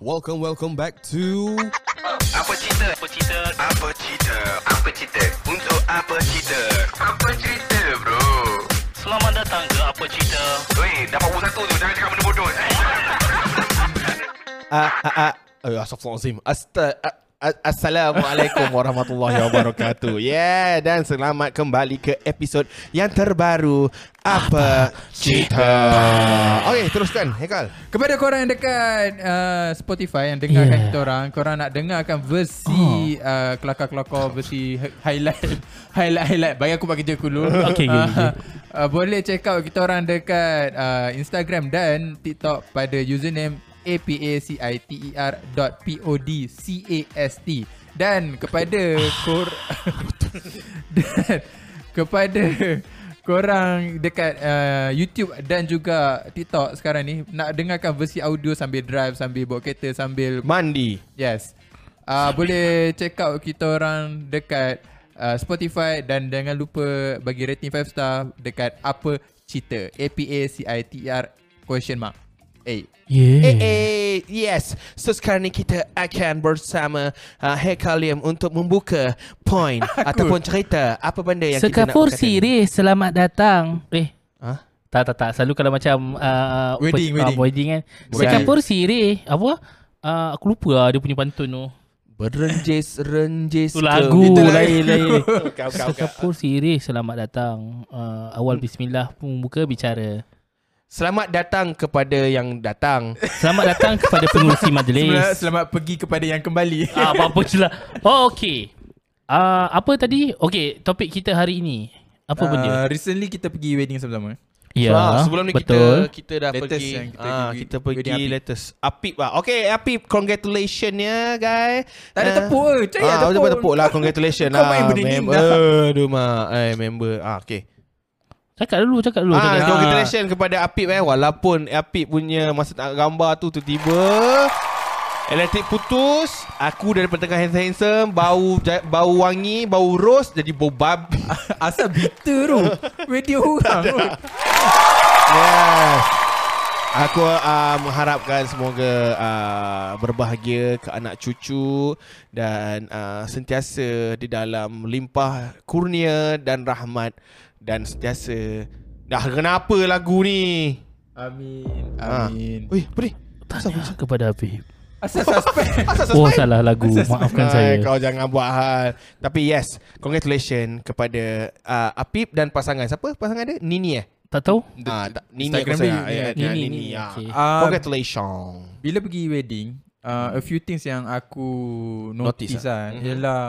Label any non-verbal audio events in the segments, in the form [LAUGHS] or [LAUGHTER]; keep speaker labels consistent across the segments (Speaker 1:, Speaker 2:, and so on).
Speaker 1: Welcome, welcome back to
Speaker 2: Apa cerita? Apa cerita? Apa cerita? Apa cerita? Untuk apa cerita? Apa cerita, bro?
Speaker 3: Selamat datang ke Apa Cerita
Speaker 2: Weh, dapat pukul satu tu. Jangan cakap benda bodoh. [LAUGHS] Eh?
Speaker 1: Ah, ah, ah. Eh, Astagfirullahalazim. Asta- ah, ah, Assalamualaikum [LAUGHS] warahmatullahi wabarakatuh. Yeah, dan selamat kembali ke episod yang terbaru Apa Cerita. Okey, teruskan Hekal.
Speaker 4: Kepada korang yang dekat uh, Spotify yang dengarkan yeah. kita orang, korang nak dengarkan versi oh. uh, kelakar-kelakar versi hi- highlight [LAUGHS] highlight highlight bagi aku buat kerja aku dulu.
Speaker 5: [LAUGHS] Okay, okay, okay.
Speaker 4: Uh, [LAUGHS] uh, boleh check out kita orang dekat uh, Instagram dan TikTok pada username apaciter E dot podcast dan kepada kor [LAUGHS] dan [LAUGHS] kepada korang dekat uh, YouTube dan juga TikTok sekarang ni nak dengarkan versi audio sambil drive sambil bawa kereta sambil
Speaker 1: Mandi.
Speaker 4: Yes. Uh, boleh check out kita orang dekat uh, Spotify dan jangan lupa bagi rating 5 star dekat apa cita A P A C I T E R question mark. Eh.
Speaker 1: Eh,
Speaker 5: Yeah.
Speaker 1: eh, yes. So sekarang ni kita akan bersama uh, Hekal Lim untuk membuka
Speaker 5: [LAUGHS]
Speaker 1: point ataupun cerita apa benda yang kita nak
Speaker 5: Sekapur
Speaker 1: berkata.
Speaker 5: sirih, selamat datang. Eh,
Speaker 1: Hah?
Speaker 5: tak tak tak. Selalu kalau macam uh,
Speaker 4: Wedding,
Speaker 5: uh,
Speaker 4: wedding.
Speaker 5: wedding kan. Sekapur sirih, apa? Uh, aku lupa lah dia punya pantun tu.
Speaker 1: Berenjis-renjis
Speaker 5: Tu lagu
Speaker 1: Itu
Speaker 5: lain
Speaker 1: [LAUGHS]
Speaker 5: lain.
Speaker 1: Kau, kau, kau.
Speaker 5: Sekapur sirih, selamat datang. Uh, awal bismillah membuka bicara.
Speaker 1: Selamat datang kepada yang datang.
Speaker 5: Selamat datang kepada pengurusi
Speaker 4: Selamat,
Speaker 5: majlis.
Speaker 4: selamat pergi kepada yang kembali.
Speaker 5: Ah, apa-apa je lah. Oh, okay. Uh, apa tadi? Okay, topik kita hari ini. Apa uh, benda?
Speaker 4: Uh, recently kita pergi wedding sama-sama.
Speaker 5: Ya,
Speaker 1: Ah, sebelum ni
Speaker 5: betul.
Speaker 1: kita kita dah
Speaker 4: Latest
Speaker 1: pergi
Speaker 4: yang kita
Speaker 1: ah,
Speaker 4: pergi-
Speaker 1: kita
Speaker 4: wedding
Speaker 1: pergi
Speaker 4: Apip.
Speaker 1: latest. Apip lah. Okay, Apip, congratulations ya, guys.
Speaker 4: Tak ada tepuk ke? Cari
Speaker 1: ah,
Speaker 4: lah
Speaker 1: tepuk.
Speaker 4: tepuk.
Speaker 1: tepuk lah, congratulations
Speaker 4: [LAUGHS] Kau
Speaker 1: lah.
Speaker 4: main benda ni
Speaker 1: member.
Speaker 4: dah.
Speaker 1: Aduh, mak. Eh, member. Ah, okay.
Speaker 5: Cakap dulu, cakap dulu.
Speaker 1: Ah,
Speaker 5: cakap. dulu.
Speaker 1: congratulations kepada Apip eh. Walaupun Apip punya masa tak gambar tu tiba-tiba elektrik putus, aku daripada tengah handsome-handsome, bau ja- bau wangi, bau rose jadi bau babi.
Speaker 4: [LAUGHS] Asal bitter [LAUGHS] tu. Wedding orang. tu.
Speaker 1: Yes. Aku uh, mengharapkan semoga uh, berbahagia ke anak cucu dan uh, sentiasa di dalam limpah kurnia dan rahmat dan sentiasa Dah kenapa lagu ni?
Speaker 4: Amin.
Speaker 1: Ah.
Speaker 4: Amin.
Speaker 1: Ui, apa ni?
Speaker 5: Tanya kepada Habib.
Speaker 4: Asal suspect.
Speaker 1: Asal
Speaker 5: Oh,
Speaker 1: subscribe?
Speaker 5: salah lagu. Maafkan
Speaker 1: Hai,
Speaker 5: saya.
Speaker 1: Kau jangan buat hal. Tapi yes, congratulations kepada uh, Apip dan pasangan. Siapa pasangan dia? Nini eh?
Speaker 5: Tak tahu?
Speaker 1: Ah, tak, Nini aku
Speaker 4: Instagram
Speaker 1: sayang.
Speaker 4: dia
Speaker 1: Ya,
Speaker 4: Nini,
Speaker 1: ya,
Speaker 5: Nini,
Speaker 1: Nini.
Speaker 5: Nini,
Speaker 1: ah.
Speaker 5: okay.
Speaker 4: [LAUGHS] Ah,
Speaker 1: Congratulations.
Speaker 4: bila pergi wedding uh, a few things yang aku notice,
Speaker 1: Notice
Speaker 4: lah mm-hmm. ialah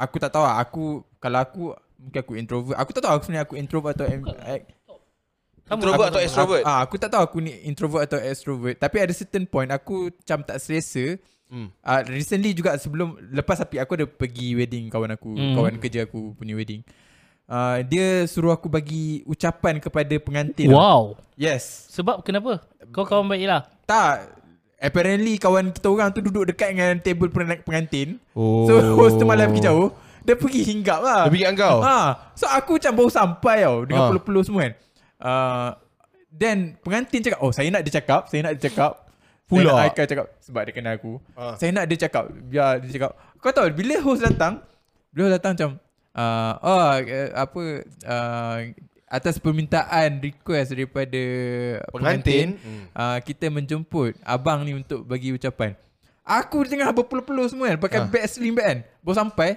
Speaker 4: aku tak tahu lah, aku kalau aku mungkin aku introvert aku tak tahu aku sebenarnya aku introvert atau em, eh,
Speaker 1: Introvert atau extrovert?
Speaker 4: aku, ah, aku tak tahu aku ni introvert atau extrovert tapi ada certain point aku macam tak selesa
Speaker 1: Hmm.
Speaker 4: Uh, recently juga sebelum lepas api aku ada pergi wedding kawan aku
Speaker 5: Hmm.
Speaker 4: kawan kerja aku punya wedding uh, dia suruh aku bagi ucapan kepada pengantin
Speaker 5: Wow.
Speaker 4: yes
Speaker 5: Sebab kenapa? Kau kawan baiklah.
Speaker 4: Tak Apparently kawan kita orang tu duduk dekat dengan table peng- pengantin
Speaker 1: Oh.
Speaker 4: oh. [LAUGHS] So host tu malam pergi jauh Dia pergi hinggap lah
Speaker 1: Dia pergi kat kau?
Speaker 4: ha. So aku macam baru sampai tau Dengan
Speaker 1: Ha.
Speaker 4: peluh-peluh semua kan uh, Then pengantin cakap Oh saya nak dia cakap Saya nak dia cakap
Speaker 1: Pula.
Speaker 4: Saya nak Haikal cakap Sebab dia kenal aku
Speaker 1: Ha.
Speaker 4: Saya nak dia cakap Biar dia cakap Kau tahu bila host datang Bila host datang macam uh, Oh eh, apa uh, Atas permintaan request daripada
Speaker 1: Pengantin. Hmm.
Speaker 4: pengantin, pengantin uh, kita menjemput abang ni untuk bagi ucapan. Aku tengah berpeluh-peluh semua kan
Speaker 1: Ah.
Speaker 4: pakai bag sling bag kan. Baru sampai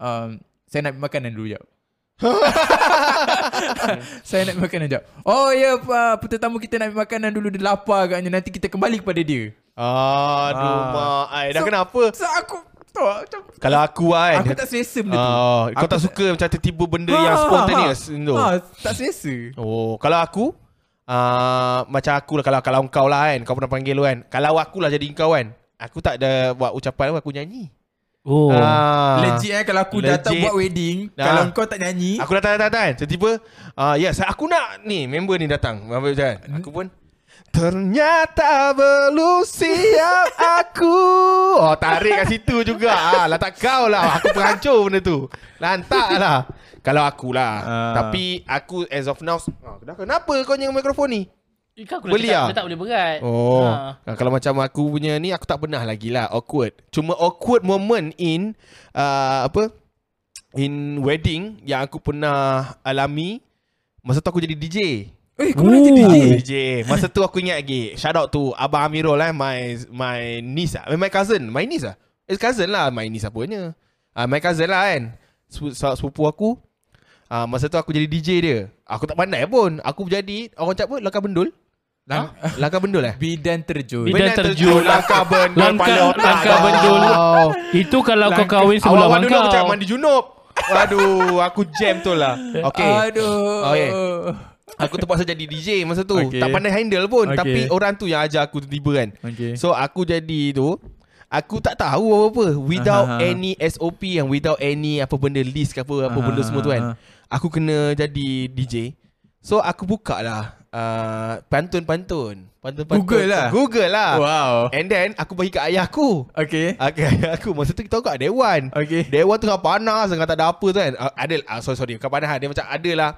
Speaker 4: um, saya nak ambil makanan
Speaker 1: [LAUGHS]
Speaker 4: dulu jap. saya nak ambil makanan jap. Oh ya yeah, tetamu kita nak ambil makanan dulu dia lapar agaknya nanti kita kembali kepada dia.
Speaker 1: Aduh,
Speaker 4: Ah.
Speaker 1: mak. Ai, dah
Speaker 4: So-
Speaker 1: kenapa?
Speaker 4: So aku tahu tak, macam
Speaker 1: Kalau aku kan.
Speaker 4: aku tak selesa benda tu.
Speaker 1: Oh, kau
Speaker 4: Aku
Speaker 1: tak suka macam tiba-tiba benda yang
Speaker 4: Ha, ha,
Speaker 1: spontaneous
Speaker 4: ha.
Speaker 1: tu.
Speaker 4: Ha, tak selesa.
Speaker 1: Oh, kalau aku uh, macam aku lah kalau kalau engkau lah kan, kau pernah panggil tu kan. Kalau aku lah jadi engkau kan, aku tak ada buat ucapan apa, aku nyanyi.
Speaker 5: Oh.
Speaker 1: Ah.
Speaker 4: Legit eh kalau aku datang
Speaker 1: Legit.
Speaker 4: buat wedding,
Speaker 1: Dah.
Speaker 4: kalau kau tak nyanyi,
Speaker 1: Aku datang datang datang. Tiba-tiba uh, yes, aku nak ni member ni datang. Apa macam kan? Aku pun Ternyata belum siap aku Oh tarik kat situ juga ah, Lah tak kau lah Aku penghancur benda tu Lantak lah Kalau akulah
Speaker 4: Ah.
Speaker 1: Tapi aku as of now ah, dah Kenapa kau dengan mikrofon ni?
Speaker 5: Kau kena
Speaker 1: Boleh
Speaker 5: cakap,
Speaker 1: ah?
Speaker 5: Kau tak boleh berat
Speaker 1: Oh,
Speaker 5: ha.
Speaker 1: ha. kalau macam aku punya ni aku tak pernah lagi lah awkward. Cuma awkward moment in uh, apa? In wedding yang aku pernah alami masa tu aku jadi DJ.
Speaker 4: Eh, kau orang jadi DJ.
Speaker 1: Ah, DJ. Masa tu aku ingat lagi. Shout out to Abang Amirul lah, my my niece ah. My cousin, my niece ah. It's cousin lah, my niece apanya. Ah, my cousin lah kan. Sepu- sa- Sepupu aku. Ah, masa tu aku jadi DJ dia. Aku tak pandai pun. Aku jadi orang cakap apa? Lakar bendul.
Speaker 4: Lang-
Speaker 1: Lakar bendul eh?
Speaker 4: Bidan terjun.
Speaker 5: Bidan terjun. lah.
Speaker 1: Langkah bendul
Speaker 5: Langkah-
Speaker 1: Kepala otak
Speaker 5: langkah bendul.
Speaker 1: Wow.
Speaker 5: Itu kalau kau kahwin sebelah
Speaker 1: Awal-awal
Speaker 5: abang
Speaker 1: dulu aku cakap
Speaker 5: kau
Speaker 1: mandi junub Aduh Aku jam tu [LAUGHS] lah Okay
Speaker 4: Aduh.
Speaker 1: Okay. Aku terpaksa jadi DJ masa tu
Speaker 4: Okay.
Speaker 1: okay. Tak pandai handle pun
Speaker 4: Okay.
Speaker 1: okay. Tapi orang tu yang ajar aku tiba-tiba kan
Speaker 4: Okay.
Speaker 1: So aku jadi tu Aku tak tahu apa-apa Without
Speaker 4: Aha.
Speaker 1: any SOP Yang without any Apa benda list ke apa Apa
Speaker 4: Aha,
Speaker 1: benda semua tu
Speaker 4: aha.
Speaker 1: kan Aku kena jadi DJ So aku buka lah uh, Pantun-pantun Pantun-pantun
Speaker 4: Google lah.
Speaker 1: Google lah
Speaker 4: Wow.
Speaker 1: And then aku bagi kat ayah aku
Speaker 4: Okay.
Speaker 1: Okay, [LAUGHS] aku masa tu kita orang kat Dewan.
Speaker 4: Okay.
Speaker 1: Dewan tengah kan panas, tengah tak ada apa tu kan. Ah, ada ah, sorry sorry, bukan panas. Dia macam ada lah.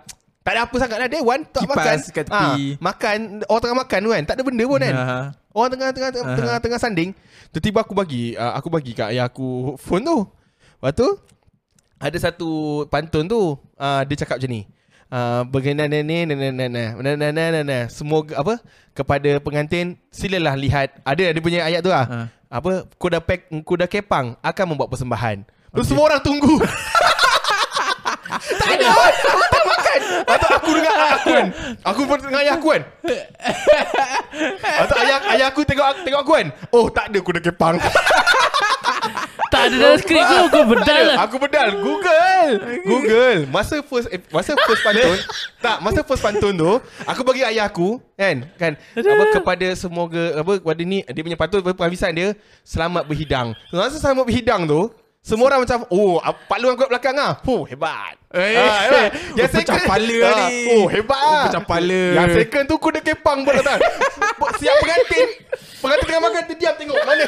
Speaker 1: Tak ada apa sangat lah Dewan tak
Speaker 4: Kipas
Speaker 1: makan.
Speaker 4: kat tepi.
Speaker 1: Ah, makan orang tengah makan tu kan. Tak ada benda pun kan.
Speaker 4: Aha.
Speaker 1: Orang tengah tengah tengah,
Speaker 4: Aha.
Speaker 1: tengah, tengah sanding. Tiba-tiba aku bagi ah, aku bagi kat ayah aku phone tu. Lepas tu ada satu pantun tu ah, dia cakap macam ni. Uh, berkenaan ni na na na na na na na na na semoga apa kepada pengantin silalah lihat ada dia punya ayat tu lah
Speaker 4: Ha.
Speaker 1: apa kuda pek kuda kepang akan membuat persembahan. Okay. Semua orang tunggu. [LAUGHS] tak ada orang Orang tak makan. Lepas tu aku dengan ayah aku kan. Aku pun dengan ayah [LAUGHS] aku kan. Lepas tu ayah, ayah aku tengok, aku- tengok aku kan. Oh tak ada kuda kepang.
Speaker 5: Tak ada dalam skrip tu Kau
Speaker 1: Tak
Speaker 5: bedal
Speaker 1: ada.
Speaker 5: lah
Speaker 1: Aku pedal.
Speaker 4: [LAUGHS]
Speaker 1: Google. Google. Masa first eh, masa first pantun. tak, masa first pantun tu. Aku bagi ayah aku. Kan? Kan? Apa, kepada semoga. Apa, kepada ni. Dia punya pantun. apa, Penghabisan dia. Selamat berhidang. Masa selamat berhidang tu. Semua orang macam Oh ah, Pak Luan aku kat belakang ah. Oh hebat
Speaker 4: Eh,
Speaker 1: [LAUGHS] Ah, hebat. Yang
Speaker 4: pecah
Speaker 1: second-
Speaker 4: pala
Speaker 1: ah,
Speaker 4: ni.
Speaker 1: Oh hebat
Speaker 4: Oh,
Speaker 1: ah.
Speaker 4: pecah pala.
Speaker 1: Yang
Speaker 4: [LAUGHS]
Speaker 1: second tu Kuda kepang pun datang Siap pengantin Pengantin tengah makan Dia diam tengok Mana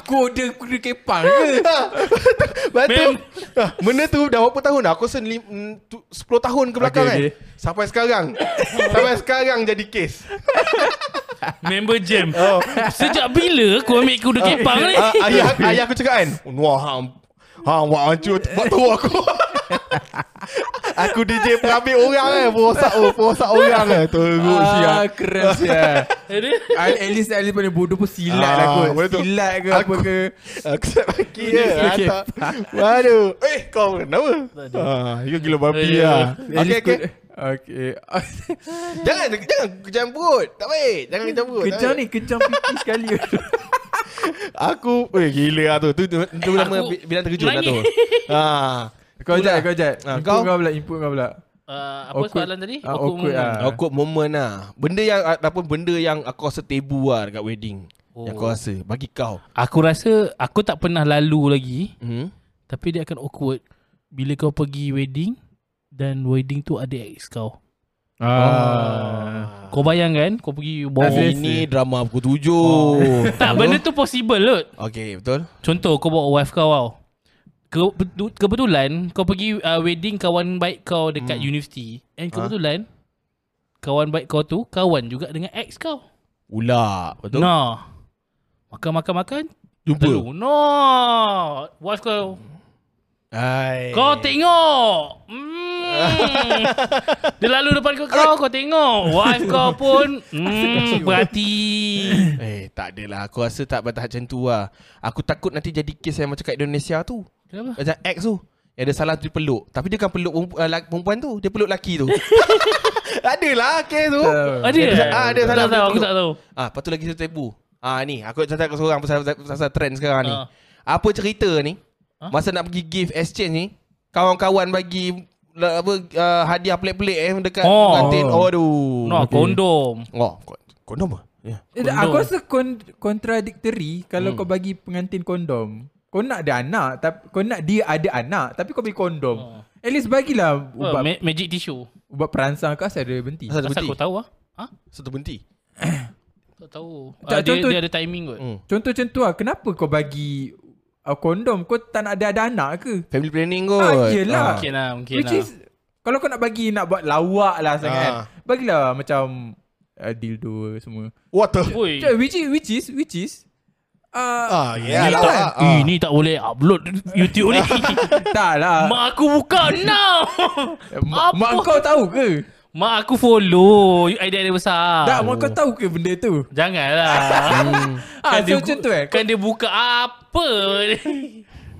Speaker 4: Aku order kuda kepang
Speaker 1: [LAUGHS]
Speaker 4: ke?
Speaker 1: Lepas tu
Speaker 5: Mem-
Speaker 1: ah, Benda tu dah berapa tahun dah Aku rasa lim, mm, tu- 10 tahun ke belakang
Speaker 4: Okay,
Speaker 1: okay,
Speaker 4: okay.
Speaker 1: kan Sampai sekarang Sampai sekarang jadi kes
Speaker 5: Member jam Sejak bila Kau ambil kuda kepang ni
Speaker 1: [LAUGHS] Ah, ayah, ayah aku cakap kan Wah hang Hang wak hancur tempat tu aku [LAUGHS] Aku DJ pengambil orang kan Perosak, oh, perosak orang kan Teruk uh, siap
Speaker 4: Ah, keren
Speaker 1: [LAUGHS]
Speaker 4: siap. At at least At least benda bodoh pun silat lah
Speaker 1: Ah, boleh
Speaker 4: kot
Speaker 1: tu.
Speaker 4: Silat ke apa
Speaker 1: Aku-
Speaker 4: ke Ah,
Speaker 1: Aku tak bagi
Speaker 5: [LAUGHS]
Speaker 1: je
Speaker 4: Okay.
Speaker 1: Atak. Waduh Eh kau kenapa? Ah, you gila babi
Speaker 5: Eh,
Speaker 1: lah
Speaker 4: At
Speaker 1: Okay okay
Speaker 4: least kuda- Okay
Speaker 1: Jangan jangan kejam perut. Tak baik. Jangan kejam
Speaker 4: [LAUGHS]
Speaker 1: perut. tak
Speaker 4: Kejam
Speaker 1: baik.
Speaker 4: ni Kejam pipi
Speaker 1: [LAUGHS]
Speaker 4: sekali
Speaker 1: Aku eh gila lah tu. Tu tu, tu nama
Speaker 5: Eh, Aku
Speaker 1: bi- bilang terkejut lah tu.
Speaker 5: nangis.
Speaker 1: Ha.
Speaker 4: Kau jat Kau jat
Speaker 1: Ah,
Speaker 4: Input
Speaker 1: kau-
Speaker 4: kau pula Input kau pula
Speaker 5: Ah, Apa
Speaker 4: Awkward.
Speaker 5: soalan tadi
Speaker 4: Ah,
Speaker 5: Awkward
Speaker 4: awkward
Speaker 5: moment.
Speaker 4: ah.
Speaker 1: [LAUGHS] Awkward moment lah. Benda yang ataupun benda yang aku rasa tabu lah dekat wedding. Oh. Yang
Speaker 5: Oh.
Speaker 1: kau rasa bagi kau.
Speaker 5: Aku rasa Aku tak pernah lalu lagi
Speaker 1: Hmm.
Speaker 5: Tapi dia akan awkward Bila kau pergi wedding Dan wedding tu ada ex kau
Speaker 1: Ah.
Speaker 5: Kau bayangkan Kau pergi
Speaker 1: Oh,
Speaker 5: bawah
Speaker 1: ini drama pukul tujuh. Oh.
Speaker 5: Tak benda tu possible lot
Speaker 1: Okay betul.
Speaker 5: Contoh kau bawa wife kau tau Ke- betu- Kebetulan Kau pergi uh, wedding kawan baik kau Dekat hmm. universiti And kebetulan Kawan baik kau tu Kawan juga dengan ex kau
Speaker 1: Ular betul.
Speaker 5: Nah Makan-makan-makan
Speaker 1: Jumpa.
Speaker 5: Telu No Wife kau
Speaker 1: Hai.
Speaker 5: Kau tengok [LAUGHS] Hmm. Dia lalu depan kau Kau kau tengok Wife kau [LAUGHS] pun hmm, Berhati
Speaker 1: Eh tak adalah Aku rasa tak bertahap macam tu lah Aku takut nanti jadi kes yang macam kat Indonesia tu
Speaker 5: Kenapa?
Speaker 1: Macam ex tu Yang ada salah tu dia peluk Tapi dia kan peluk perempu- ah, la- perempuan tu Dia peluk lelaki tu [LAUGHS] Adalah kes tu
Speaker 5: Ada
Speaker 1: Dia
Speaker 5: eh?
Speaker 1: tak- ah, dia
Speaker 5: Tak
Speaker 1: salah
Speaker 5: tahu,
Speaker 1: dia
Speaker 5: Aku
Speaker 1: peluk.
Speaker 5: tak tahu
Speaker 1: Ah, Lepas tu lagi satu tabu ah, Ni aku nak cakap seorang pasal, pasal trend sekarang ni
Speaker 5: Ah.
Speaker 1: Apa cerita ni Masa nak pergi gift exchange ni Kawan-kawan bagi la- apa ah, hadiah pelik-pelik eh dekat
Speaker 5: Oh.
Speaker 1: kantin. Oh aduh.
Speaker 5: No kondom
Speaker 1: Oh, kon- kondom ah. Ya.
Speaker 4: Eh,
Speaker 5: Kondom. Hmm.
Speaker 4: Aku rasa kon- contradictory Kalau kau bagi pengantin kondom Kau nak ada anak tapi Kau nak dia ada anak Tapi kau bagi
Speaker 5: Ah.
Speaker 4: kondom At least bagilah
Speaker 5: Apa,
Speaker 4: Ubat,
Speaker 5: Oh, ma- magic tissue
Speaker 4: ubat perangsang kau Asal ada benti
Speaker 1: Asal
Speaker 5: Asal
Speaker 1: berhenti.
Speaker 5: kau tahu ah? Ha?
Speaker 1: Satu berhenti.
Speaker 5: Tak tahu
Speaker 4: Tak,
Speaker 5: tak, dia,
Speaker 4: contoh-
Speaker 5: dia ada timing kot
Speaker 1: Hmm.
Speaker 4: Contoh macam tu lah Kenapa kau bagi uh, Kondom Kau tak nak ada, ada anak ke
Speaker 1: Family planning kot.
Speaker 4: Ah, yelah.
Speaker 5: Mungkin lah Mungkin
Speaker 4: Which
Speaker 5: lah
Speaker 4: is Kalau kau nak bagi Nak buat lawak lah sangat
Speaker 1: Ah.
Speaker 4: Bagilah macam uh, Dildo semua
Speaker 1: Water.
Speaker 5: Oi.
Speaker 4: Cuma, Which is Which is Which is uh,
Speaker 1: Ah,
Speaker 5: Ini
Speaker 1: yeah.
Speaker 5: tak,
Speaker 1: lah.
Speaker 5: eh,
Speaker 1: Ah.
Speaker 5: ni tak boleh upload
Speaker 1: [LAUGHS]
Speaker 5: YouTube ni. [LAUGHS]
Speaker 4: Tak lah
Speaker 5: Mak aku buka now. [LAUGHS]
Speaker 4: Mak,
Speaker 5: apa?
Speaker 4: mak kau tahu ke?
Speaker 5: Mak aku follow. You idea dia besar.
Speaker 4: Tak, mak kau tahu ke benda tu?
Speaker 1: [LAUGHS]
Speaker 5: Janganlah.
Speaker 4: Ah, so
Speaker 5: dia
Speaker 4: macam
Speaker 5: bu-
Speaker 4: tu eh.
Speaker 5: Kan dia buka
Speaker 1: [LAUGHS]
Speaker 5: apa?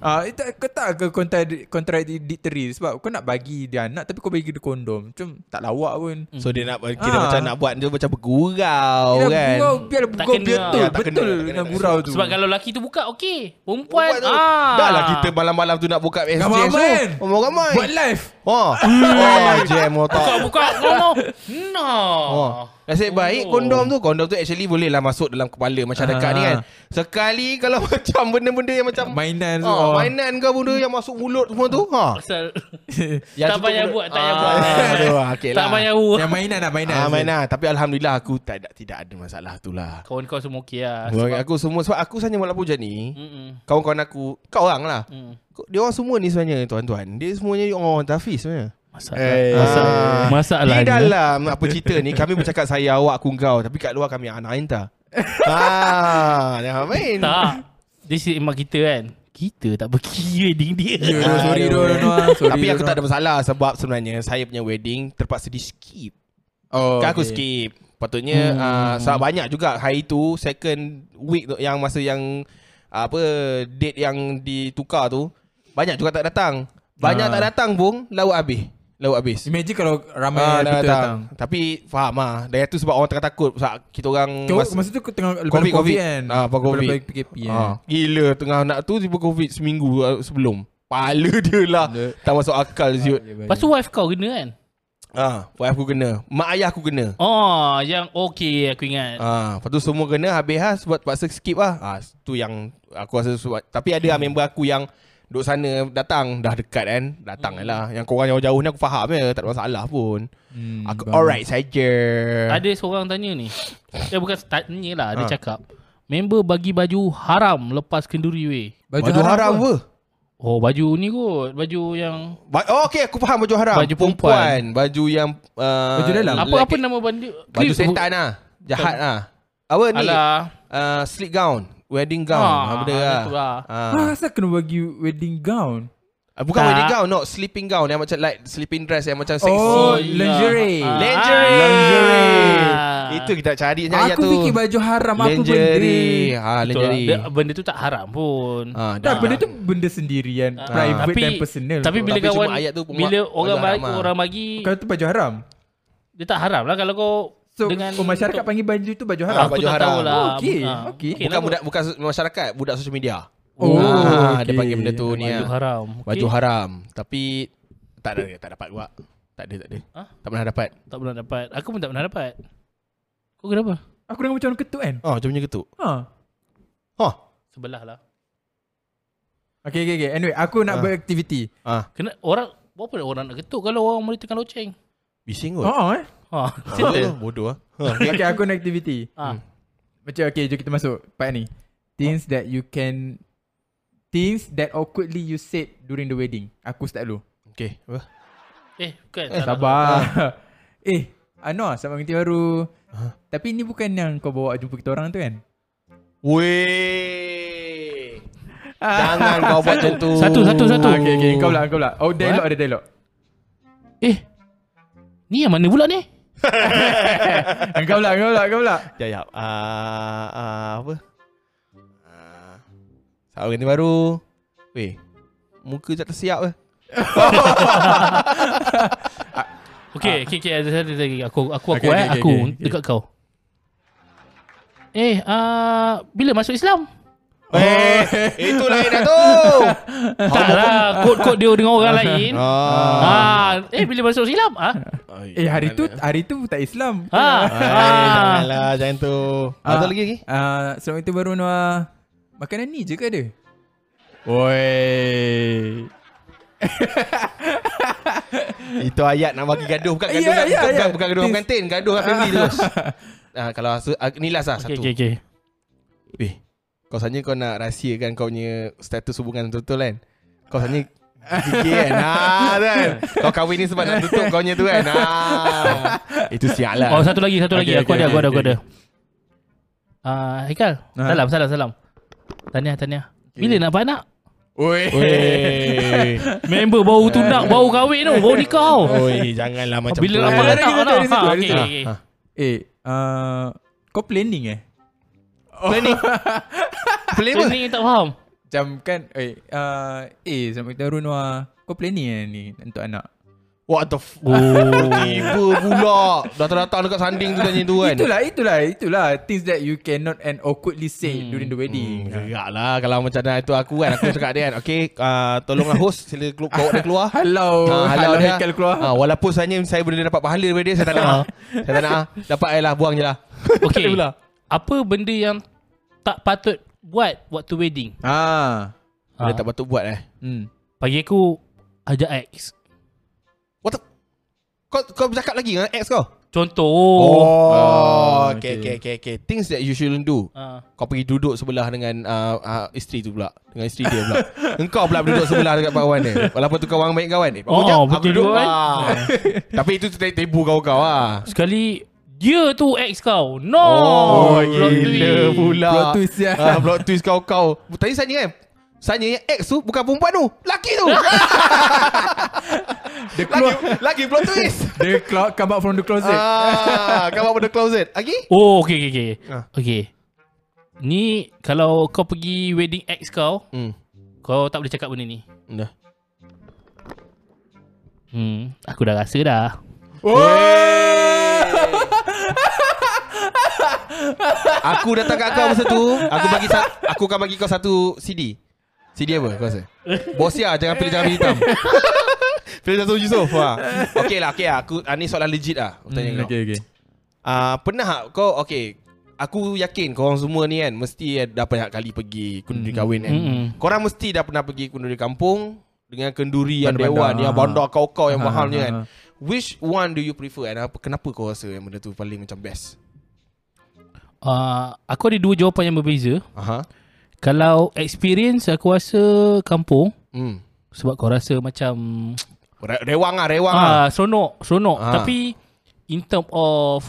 Speaker 4: Ah, itu kau tak ke kontra- contradictory sebab kau nak bagi dia anak tapi kau bagi dia kondom. Macam tak lawak pun.
Speaker 1: So dia nak kira
Speaker 4: Ah.
Speaker 1: macam nak buat dia macam bergurau
Speaker 4: Bila
Speaker 1: kan.
Speaker 4: Gurau, biar
Speaker 5: Tak
Speaker 4: gurau
Speaker 5: kena.
Speaker 4: betul.
Speaker 1: Ya, tak kena,
Speaker 4: betul
Speaker 1: tak kena,
Speaker 4: dengan
Speaker 1: tak kena.
Speaker 4: gurau tu.
Speaker 5: Sebab kalau lelaki tu buka, okey. Perempuan,
Speaker 1: Buat tu.
Speaker 5: ah.
Speaker 1: Dah lah kita malam-malam tu nak buka SJ
Speaker 4: Ramai,
Speaker 1: tu.
Speaker 4: man.
Speaker 1: Ramai ramai.
Speaker 4: Buat live. [LAUGHS]
Speaker 1: Oh, oh jam
Speaker 5: Kau
Speaker 1: [LAUGHS] otak.
Speaker 5: buka, kau mau. No.
Speaker 1: Oh. Nasib baik kondom tu Kondom tu actually boleh lah Masuk dalam kepala masyarakat
Speaker 4: Ah.
Speaker 1: ni kan Sekali kalau [LAUGHS] macam Benda-benda yang macam
Speaker 4: Mainan tu.
Speaker 1: oh,
Speaker 4: oh.
Speaker 1: Mainan ke benda yang masuk mulut semua tu ha.
Speaker 5: Pasal
Speaker 1: Yang
Speaker 5: tak
Speaker 1: tutup
Speaker 5: payah
Speaker 1: mulut.
Speaker 5: buat, tak payah
Speaker 1: Ah,
Speaker 5: buat.
Speaker 1: [LAUGHS] aduh, okey
Speaker 5: Tak
Speaker 1: lah.
Speaker 5: payah buat.
Speaker 4: Yang mainan lah, mainan.
Speaker 1: Ah, main lah Tapi Alhamdulillah aku tak, ada- tidak ada masalah tu lah
Speaker 5: Kawan kau semua okey lah.
Speaker 1: Sebab aku semua Sebab aku sebenarnya Malam puja ni
Speaker 5: Mm-mm.
Speaker 1: Kawan-kawan aku Kau orang lah
Speaker 5: Mm.
Speaker 1: Kau- Dia orang semua ni sebenarnya Tuan-tuan Dia semuanya orang Hafiz sebenarnya
Speaker 5: Masalah.
Speaker 1: Ah.
Speaker 4: Eh,
Speaker 5: Masalah. Masalah.
Speaker 1: Di dalam apa cerita ni Kami bercakap saya awak aku kau Tapi kat luar kami anak Ainta Ah, jangan main
Speaker 5: Tak. Dia si emak kita kan. Kita tak pergi [LAUGHS] wedding dia.
Speaker 4: Ya, doh, sorry doh,
Speaker 1: Aduh.
Speaker 4: Noah.
Speaker 1: Ah,
Speaker 4: Sorry,
Speaker 1: Tapi
Speaker 4: doh,
Speaker 1: aku tak ada
Speaker 4: Noah.
Speaker 1: masalah Sebab sebenarnya Saya punya wedding Terpaksa di skip
Speaker 4: Oh,
Speaker 1: Kan aku
Speaker 4: okay.
Speaker 1: skip Patutnya hmm. uh, Sebab banyak juga Hari tu Second week tu Yang masa yang ah, Apa Date yang ditukar tu Banyak juga tak datang Banyak
Speaker 4: Ah.
Speaker 1: tak datang pun Laut habis Laut habis
Speaker 4: Imagine kalau ramai
Speaker 1: Ah, dah
Speaker 4: kita datang.
Speaker 1: datang. Tapi faham lah Dari tu sebab orang tengah takut Sebab kita orang
Speaker 4: Kau
Speaker 1: masa-
Speaker 4: masa tu kau tengah lepas
Speaker 1: Covid,
Speaker 4: COVID
Speaker 1: Covid.
Speaker 4: kan?
Speaker 1: Ah, lepas Covid.
Speaker 4: Lepas PKP kan?
Speaker 1: Ah, gila tengah nak tu tiba covid seminggu uh, sebelum. Pala [LAUGHS] dia lah.
Speaker 4: Dia-
Speaker 1: Tak masuk akal siut.
Speaker 5: Lepas tu wife kau kena kan?
Speaker 1: Ah, wife aku kena. Mak ayah aku kena.
Speaker 5: Oh, yang okey aku ingat.
Speaker 1: Ah, lepas tu semua kena habis lah sebab terpaksa skip lah. Ah, tu yang aku rasa sebab, tapi ada lah member aku yang duduk sana datang dah dekat kan. Datang hmm. lah. Yang korang jauh-jauh ni aku faham je, tak ada masalah pun.
Speaker 4: Hmm,
Speaker 1: Aku
Speaker 4: bang.
Speaker 1: alright saja.
Speaker 5: Ada seorang tanya ni. Dia bukan tanya lah, dia
Speaker 1: Ah.
Speaker 5: cakap. Member bagi baju haram lepas kenduri weh.
Speaker 1: Baju, haram
Speaker 4: apa?
Speaker 1: apa?
Speaker 5: Oh, baju ni kot. Baju yang
Speaker 1: Ba- oh, okay, aku faham baju haram.
Speaker 5: Baju perempuan.
Speaker 1: Baju yang... Uh,
Speaker 4: Baju dalam?
Speaker 5: apa apa nama baju?
Speaker 1: Baju setan lah. Jahat
Speaker 4: Kan?
Speaker 1: lah. Apa ni?
Speaker 5: Alah.
Speaker 1: uh, sleep gown, wedding gown,
Speaker 5: Ah,
Speaker 1: ah, benda
Speaker 5: ada
Speaker 1: lah.
Speaker 5: tu lah.
Speaker 1: Ah.
Speaker 4: Ah, asal kena bagi wedding gown?
Speaker 1: Ah, bukan
Speaker 5: Tak.
Speaker 1: wedding gown, no, sleeping gown yang macam like sleeping dress yang macam seksi.
Speaker 4: Oh,
Speaker 5: iya.
Speaker 4: lingerie.
Speaker 5: Ah.
Speaker 1: lingerie. Ah.
Speaker 5: Lingerie.
Speaker 1: Itu kita cari je ayat
Speaker 4: Aku
Speaker 1: tu.
Speaker 4: fikir baju haram apa
Speaker 1: lingerie. Ha,
Speaker 4: benda.
Speaker 5: Betul lah.
Speaker 1: lingerie.
Speaker 5: Dia- Benda tu tak haram pun.
Speaker 1: Ah,
Speaker 4: Tak, benda tu benda sendirian,
Speaker 5: Ah.
Speaker 4: private
Speaker 5: Tapi-
Speaker 4: dan personal.
Speaker 5: Tapi bila
Speaker 1: Tapi cuma
Speaker 5: kawan
Speaker 1: ayat tu pun
Speaker 5: bila
Speaker 1: buat-
Speaker 5: orang
Speaker 1: agak
Speaker 5: bagi
Speaker 1: haram lah.
Speaker 5: orang bagi
Speaker 4: Kalau tu baju haram.
Speaker 5: dia tak haram lah kalau kau
Speaker 4: So,
Speaker 5: dengan
Speaker 4: oh, masyarakat panggil baju tu baju
Speaker 1: Ah,
Speaker 4: haram.
Speaker 5: Aku
Speaker 1: baju
Speaker 5: tak
Speaker 1: haram.
Speaker 5: tahulah.
Speaker 4: Oh, okey.
Speaker 5: Ah,
Speaker 4: Okey.
Speaker 5: okey
Speaker 1: bukan
Speaker 5: lah,
Speaker 1: budak bukan masyarakat, budak social media.
Speaker 4: Oh,
Speaker 1: Ah,
Speaker 4: okey.
Speaker 1: dia panggil benda tu ni.
Speaker 5: Baju
Speaker 1: ah.
Speaker 5: haram. Okey.
Speaker 1: Baju haram. Tapi tak ada tak dapat gua. Tak ada tak ada.
Speaker 5: Ah?
Speaker 1: Tak pernah dapat.
Speaker 5: Tak pernah dapat. Aku pun tak pernah dapat. Kau kenapa?
Speaker 4: Aku dengar macam orang ketuk kan?
Speaker 1: Oh, macam mana ketuk?
Speaker 4: Ha.
Speaker 1: Huh.
Speaker 5: Sebelah lah.
Speaker 4: Okay, okay, okay. Anyway, aku nak
Speaker 1: Ah.
Speaker 4: beraktiviti.
Speaker 1: Ah,
Speaker 5: Kena orang Berapa nak orang nak ketuk kalau orang mari tengah loceng?
Speaker 1: bising
Speaker 4: Oh,
Speaker 1: kot.
Speaker 4: eh.
Speaker 5: Ha,
Speaker 1: Ah,
Speaker 5: settle.
Speaker 1: [LAUGHS] Bodoh ah.
Speaker 4: Okay, aku nak aktiviti.
Speaker 5: Ha.
Speaker 4: Macam, okay, jom kita masuk part ni. Things that you can... Things that awkwardly you said during the wedding. Aku start dulu.
Speaker 1: Okey. Apa?
Speaker 5: Eh, bukan.
Speaker 1: Eh,
Speaker 5: salah.
Speaker 4: Sabar. [LAUGHS] eh, Anwar, selamat ganti baru. Tapi ni bukan yang kau bawa jumpa kita orang tu kan?
Speaker 1: Weh. Jangan kau buat macam tu.
Speaker 5: Satu, satu, satu.
Speaker 4: Ah, [LAUGHS] okay, okay. Kau pula, kau pula. Oh, dialog
Speaker 5: What?
Speaker 4: ada dialog.
Speaker 5: Eh. Ni yang mana pula ni?
Speaker 4: Kau pula, kau pula, kau pula.
Speaker 1: Jap, jap. Ya, Ah, ah, apa? Ah. Sahur ganti baru. Weh. Muka tak tersiap eh.
Speaker 5: Okey, okey, okey. Ada satu lagi. Aku aku
Speaker 4: Okey,
Speaker 5: aku eh,
Speaker 4: okey, okey,
Speaker 5: aku
Speaker 4: okey.
Speaker 5: dekat kau. Eh, ah bila masuk Islam?
Speaker 1: Eh, [LAUGHS] itu lain dah tu.
Speaker 5: Tak lah, kod-kod dia dengan orang lain.
Speaker 1: Ah.
Speaker 5: Ah, eh bila masuk Islam? Ah.
Speaker 4: Eh, hari tu hari tu tak Islam.
Speaker 5: Ha. Ah.
Speaker 1: Alah, jangan tu. Apa lagi lagi?
Speaker 4: Ah, selamat itu baru Noah. Makanan ni je ke ada? Oi.
Speaker 1: Itu ayat nak bagi gaduh bukan gaduh
Speaker 4: Ya,
Speaker 1: kat- bukan,
Speaker 4: ya, ya.
Speaker 1: bukan, bukan gaduh kat kantin, gaduh kat family terus. Ah, kalau asu- ah, ni last lah satu.
Speaker 5: Okey, okey, okey.
Speaker 1: Eh, kau sebenarnya kau nak rahsiakan kau punya status hubungan betul-betul kan? Kau sebenarnya Fikir kan ah, kan? Kau kahwin ni sebab nak tutup kau punya tu kan ah. Itu sialan
Speaker 5: Oh satu lagi Satu
Speaker 4: Okay,
Speaker 5: lagi Aku
Speaker 4: okay,
Speaker 5: ada Aku
Speaker 4: okay,
Speaker 5: ada Aku
Speaker 4: okay.
Speaker 5: ada Ah, Haikal Salam salam salam Tahniah tahniah Bila nak beranak
Speaker 1: Oi.
Speaker 5: Member baru tunang Baru kahwin tu Baru nikah tau
Speaker 1: Oi, janganlah
Speaker 4: Oh,
Speaker 1: macam
Speaker 5: Bila
Speaker 1: tu. Eh,
Speaker 5: nak
Speaker 4: Ada
Speaker 5: beranak
Speaker 4: juga,
Speaker 5: lah
Speaker 4: ada juga,
Speaker 5: Ha,
Speaker 4: ada
Speaker 5: okay,
Speaker 4: juga.
Speaker 5: okay.
Speaker 4: kan? Eh, uh, kau planning eh?
Speaker 1: Planning. Planning.
Speaker 5: Ini tak faham
Speaker 4: Macam kan, eh, uh, eh, sama kita Runwa, kau planning eh ni untuk anak?
Speaker 1: What the f- oh. Tiba pula Datang-datang dekat sanding tu tanya tu kan
Speaker 4: Itulah, itulah, itulah things that you cannot and awkwardly say hmm. during the wedding. Hmm.
Speaker 1: Gerak lah Kalau macam dah itu aku kan Aku cakap dia kan Okay uh, Tolonglah host Sila kelu- bawa dia keluar
Speaker 4: Halau,
Speaker 1: Ah,
Speaker 4: halau, halau Haikal keluar.
Speaker 1: Ah, Walaupun sebenarnya Saya boleh dapat pahala daripada dia Saya tak nak ah. Saya tak nak ah. Dapat je lah Buang je lah
Speaker 5: Okay
Speaker 1: Dia pula.
Speaker 5: Apa benda yang Tak patut buat Waktu wedding
Speaker 4: Ah.
Speaker 1: Dia
Speaker 5: Ah.
Speaker 1: tak patut buat eh
Speaker 4: Hmm.
Speaker 5: Bagi aku Ajak ex
Speaker 1: What the Kau, kau bercakap lagi dengan ex kau
Speaker 5: Contoh
Speaker 1: oh okay,
Speaker 4: okay.
Speaker 1: okay, okay, okay, Things that you shouldn't do
Speaker 5: Ah.
Speaker 1: Kau pergi duduk sebelah dengan uh, uh, isteri tu pula Dengan isteri dia pula Engkau pula duduk sebelah dekat kawan dia Walaupun tu kawan baik kawan eh, Pak
Speaker 5: Oh,
Speaker 1: Ujang,
Speaker 5: betul juga, kan?
Speaker 1: ah. Tapi itu te- tebu kau-kau lah
Speaker 5: Sekali Dia tu ex kau No Oh, Plot
Speaker 1: Oh, gila
Speaker 5: twist.
Speaker 1: pula
Speaker 4: Plot twist, ya.
Speaker 1: ah, Plot twist kau-kau Tadi Sanya kan Sanya yang ex tu bukan perempuan tu Lelaki tu
Speaker 4: The
Speaker 1: Lagi,
Speaker 4: clo-
Speaker 1: lagi plot twist
Speaker 4: the clo- come out from the closet.
Speaker 1: ah,
Speaker 4: Uh.
Speaker 1: Kau bawa benda closet Lagi
Speaker 5: Oh okay okay okay
Speaker 1: Ah.
Speaker 5: Okay Ni Kalau kau pergi wedding ex kau
Speaker 1: Hmm
Speaker 5: Kau tak boleh cakap benda ni
Speaker 1: Dah
Speaker 5: Hmm Aku dah rasa dah
Speaker 1: Aku datang kat kau masa tu Aku bagi sa- Aku akan bagi kau satu CD CD apa kau rasa? Bosia jangan pilih jangan pilih hitam Pilih satu Yusof ha. Okay lah okay lah aku, ah, Ni soalan legit lah Aku tanya kau okay.
Speaker 4: Hmm, okay.
Speaker 1: Pernah tak kau Okay Aku yakin korang semua ni kan Mesti dah banyak kali pergi
Speaker 4: Hmm,
Speaker 1: Kenduri kahwin kan
Speaker 5: Mm-mm.
Speaker 1: Korang mesti dah pernah pergi kenduri kampung Dengan kenduri yang
Speaker 4: Bandar-bandar.
Speaker 1: dewan Yang bandar kau-kau yang
Speaker 4: Ha,
Speaker 1: mahal ni
Speaker 4: ha,
Speaker 1: kan
Speaker 4: ha.
Speaker 1: Which one do you prefer And apa, kenapa kau rasa yang benda tu paling macam best?
Speaker 5: uh, Aku ada dua jawapan yang berbeza
Speaker 1: Aha.
Speaker 5: Kalau experience Aku rasa Kampung
Speaker 1: Hmm.
Speaker 5: Sebab kau rasa macam
Speaker 1: Re- Rewang ah, rewang ah.
Speaker 5: ah, Seronok Seronok
Speaker 1: Ah.
Speaker 5: Tapi In term of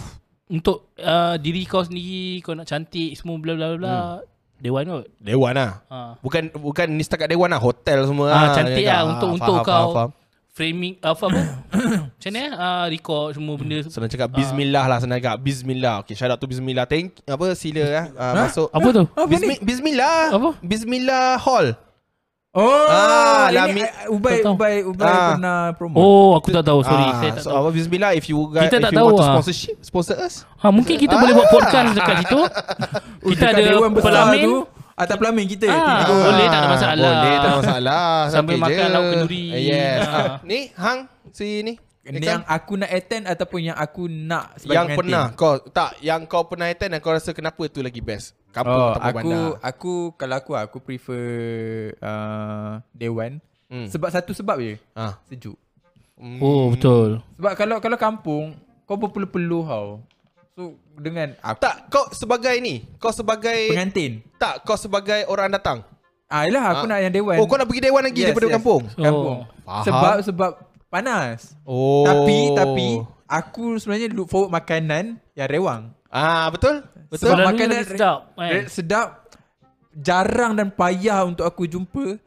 Speaker 5: Untuk uh, Diri kau sendiri Kau nak cantik Semua bla bla bla bla
Speaker 1: Hmm.
Speaker 5: Dewan kot
Speaker 1: Dewan lah.
Speaker 5: Ah.
Speaker 1: Bukan bukan ni setakat dewan lah, hotel semua.
Speaker 5: Ah,
Speaker 1: lah.
Speaker 5: cantik
Speaker 1: Ya,
Speaker 5: lah untuk
Speaker 1: faham,
Speaker 5: untuk
Speaker 1: faham,
Speaker 5: kau
Speaker 1: faham.
Speaker 5: framing uh, apa [COUGHS] apa? Macam mana? eh? Ah record semua benda.
Speaker 1: Senang cakap bismillah lah senang cakap bismillah. Okey, shout out tu bismillah. Thank apa sila lah ah, masuk.
Speaker 5: Apa tu?
Speaker 4: Apa ni?
Speaker 1: Bismi- bismillah.
Speaker 5: Apa?
Speaker 1: Bismillah hall.
Speaker 4: Oh,
Speaker 1: Ah,
Speaker 4: ini
Speaker 1: Lami-
Speaker 4: uh, Ubay,
Speaker 5: Tak tahu.
Speaker 4: Ubay, Ubay
Speaker 1: Ah.
Speaker 4: pernah promo.
Speaker 5: Oh, aku tak tahu. Sorry, saya
Speaker 1: so
Speaker 5: tak tahu.
Speaker 1: apa bismillah if you guys
Speaker 5: Kita
Speaker 1: if
Speaker 5: tak
Speaker 1: you
Speaker 5: tahu
Speaker 1: want to
Speaker 5: ah.
Speaker 1: sponsorship, sponsor us.
Speaker 5: Ha, mungkin kita boleh buat podcast dekat
Speaker 4: [LAUGHS]
Speaker 5: situ. kita
Speaker 4: Dekat
Speaker 5: ada
Speaker 4: dewan besar
Speaker 5: pelamin.
Speaker 4: tu, Atas pelamin kita.
Speaker 5: Ah.
Speaker 4: tiga orang.
Speaker 5: boleh, tak ada masalah. lah.
Speaker 1: Boleh tak ada masalah.
Speaker 5: [LAUGHS] Sambil
Speaker 1: Santai
Speaker 5: makan
Speaker 1: je.
Speaker 5: lauk kenduri.
Speaker 1: Yes.
Speaker 5: Ah.
Speaker 1: Ah. Ni hang si ni.
Speaker 4: Ni yang aku nak attend ataupun yang aku nak sebagai
Speaker 1: kan- yang
Speaker 4: pengantin?
Speaker 1: pernah kau tak yang kau pernah attend dan kau rasa kenapa tu lagi best? Kampung oh,
Speaker 4: Oh,
Speaker 1: ataupun
Speaker 4: aku
Speaker 1: bandar.
Speaker 4: aku kalau aku lah, aku prefer uh, dewan.
Speaker 1: Hmm.
Speaker 4: Hmm. Sebab satu sebab je.
Speaker 1: Ah.
Speaker 4: Sejuk.
Speaker 1: Hmm.
Speaker 5: Oh, betul.
Speaker 4: Sebab kalau kalau kampung kau berpeluh-peluh tau. So dengan aku
Speaker 1: Ah, Tak kau sebagai ni, kau sebagai
Speaker 4: pengantin.
Speaker 1: tak kau sebagai orang datang.
Speaker 4: Ah yalah aku
Speaker 1: Ah.
Speaker 4: nak yang dewan.
Speaker 1: Oh kau nak pergi dewan lagi yes, daripada yes. kampung.
Speaker 4: Kampung.
Speaker 5: Oh.
Speaker 1: Faham.
Speaker 4: Sebab sebab panas.
Speaker 1: Oh.
Speaker 4: Tapi tapi aku sebenarnya look forward makanan yang rewang.
Speaker 1: ah betul? Betul.
Speaker 4: Sebab
Speaker 5: Selalunya
Speaker 4: makanan
Speaker 5: lagi sedap, kan?
Speaker 4: re- sedap jarang dan payah untuk aku jumpa.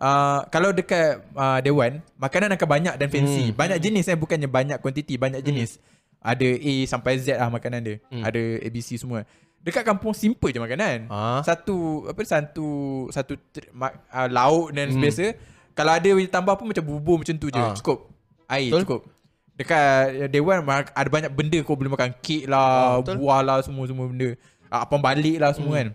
Speaker 4: Uh, kalau dekat uh, Dewan, makanan akan banyak dan
Speaker 1: Hmm.
Speaker 4: fancy. Banyak jenis eh bukannya banyak kuantiti, banyak jenis. Ada A sampai Z lah makanan dia.
Speaker 1: Hmm.
Speaker 4: Ada ABC semua. Dekat kampung simple je makanan.
Speaker 1: Ah.
Speaker 4: Satu apa satu satu tr- ma- uh, lauk dan biasa. Kalau ada tambah pun macam bubur macam tu je.
Speaker 1: Hmm. Ah.
Speaker 4: Cukup.
Speaker 1: Betul.
Speaker 4: Air Betul? cukup. Dekat uh, Dewan ma- ada banyak benda kau boleh makan kek lah,
Speaker 1: Ah, betul.
Speaker 4: buah lah semua-semua benda. Ah, Apam balik lah
Speaker 1: Hmm.
Speaker 4: semua kan.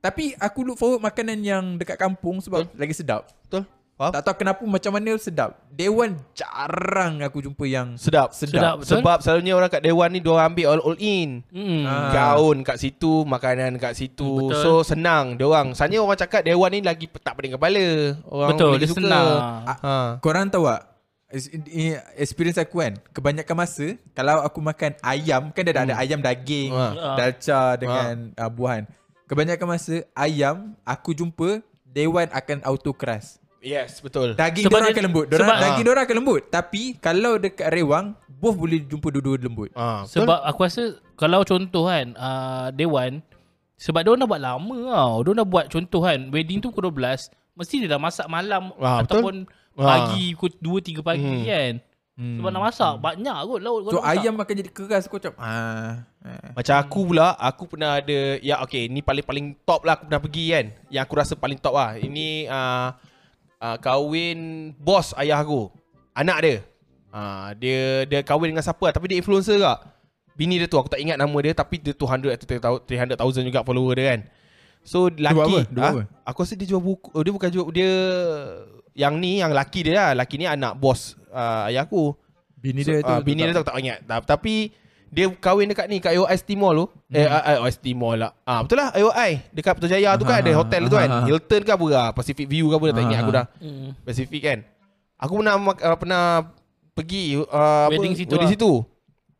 Speaker 4: Tapi aku look forward makanan yang dekat kampung sebab lagi sedap.
Speaker 1: Betul. Faham?
Speaker 4: Tak tahu kenapa macam mana sedap. Dewan jarang aku jumpa yang
Speaker 1: Sedap.
Speaker 5: Sedap,
Speaker 4: sedap.
Speaker 5: betul?
Speaker 1: Sebab selalunya orang kat dewan ni dia orang ambil all, all in.
Speaker 5: Hmm.
Speaker 4: Ah.
Speaker 1: Gaun kat situ, makanan kat situ.
Speaker 5: Betul.
Speaker 1: So senang dia orang. Sanya orang cakap dewan ni lagi tak pening kepala. Orang
Speaker 5: Betul,
Speaker 1: lagi
Speaker 5: dia
Speaker 1: suka.
Speaker 5: senang.
Speaker 1: Ha.
Speaker 4: Korang tahu tak? Is- i- Experience aku kan Kebanyakan masa Kalau aku makan ayam Kan dah ada ayam daging
Speaker 1: Hmm. Ah.
Speaker 4: Dalca dengan ah, uh, buahan Kebanyakan masa Ayam Aku jumpa Dewan akan auto keras
Speaker 1: Yes, betul.
Speaker 4: Daging sebab
Speaker 5: Sebab
Speaker 4: orang
Speaker 5: dia-
Speaker 4: akan lembut. Dorang,
Speaker 5: sebab- Ah.
Speaker 4: daging dorang akan lembut. Tapi kalau dekat Rewang, both boleh jumpa dua-dua lembut.
Speaker 1: Ah, betul.
Speaker 5: Sebab aku rasa kalau contoh kan uh, Dewan sebab dia dah buat lama tau. Dia dah buat contoh kan wedding tu pukul 12 mesti dia dah masak malam
Speaker 1: Ah, Hmm. betul.
Speaker 5: ataupun pagi pukul 2 3 pagi hmm. kan. Sebab nak masak banyak kot laut kau
Speaker 4: So
Speaker 5: nak masak.
Speaker 4: ayam akan jadi keras kau macam ah. ah.
Speaker 1: Macam aku pula, aku pernah ada ya okay, ni paling-paling top lah aku pernah pergi kan. Yang aku rasa paling top lah. Ini uh, uh, kahwin bos ayah aku. Anak dia. Uh, dia dia kahwin dengan siapa lah, tapi dia influencer kak. Bini dia tu aku tak ingat nama dia tapi dia 200 atau 300,000 juga follower dia kan. So lelaki
Speaker 4: buat apa? Dia buat
Speaker 1: ah,
Speaker 4: apa?
Speaker 1: Aku rasa dia jual buku oh, Dia bukan jual Dia Yang ni Yang laki dia lah Laki ni anak bos uh, Ayah aku
Speaker 4: Bini
Speaker 1: So,
Speaker 4: dia tu.
Speaker 1: ah, Bini dia tu aku tak ingat Ta- Tapi Dia kahwin dekat ni Kat AOI Timor tu Eh ah, ah, AOI Timor lah ah, Betul lah AOI Dekat Putrajaya Jaya tu kan Ada hotel tu kan
Speaker 4: aha.
Speaker 1: Hilton ke apa lah Pacific View ke apa dah Tak ingat
Speaker 4: Aha.
Speaker 1: aku dah
Speaker 5: Hmm.
Speaker 1: Pacific kan Aku pernah mak- ah, Pernah Pergi ah, apa,
Speaker 5: Wedding situ
Speaker 1: Wedding
Speaker 5: lah.
Speaker 1: situ